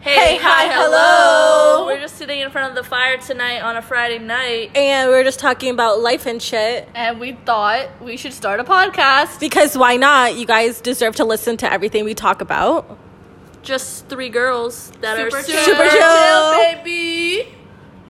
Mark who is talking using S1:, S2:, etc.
S1: Hey, hi, hello.
S2: We're just sitting in front of the fire tonight on a Friday night,
S1: And we were just talking about life and shit.
S2: and we thought we should start a podcast.
S1: Because why not? You guys deserve to listen to everything we talk about.
S2: Just three girls that are
S3: Super chill.
S1: Super chill.
S2: baby.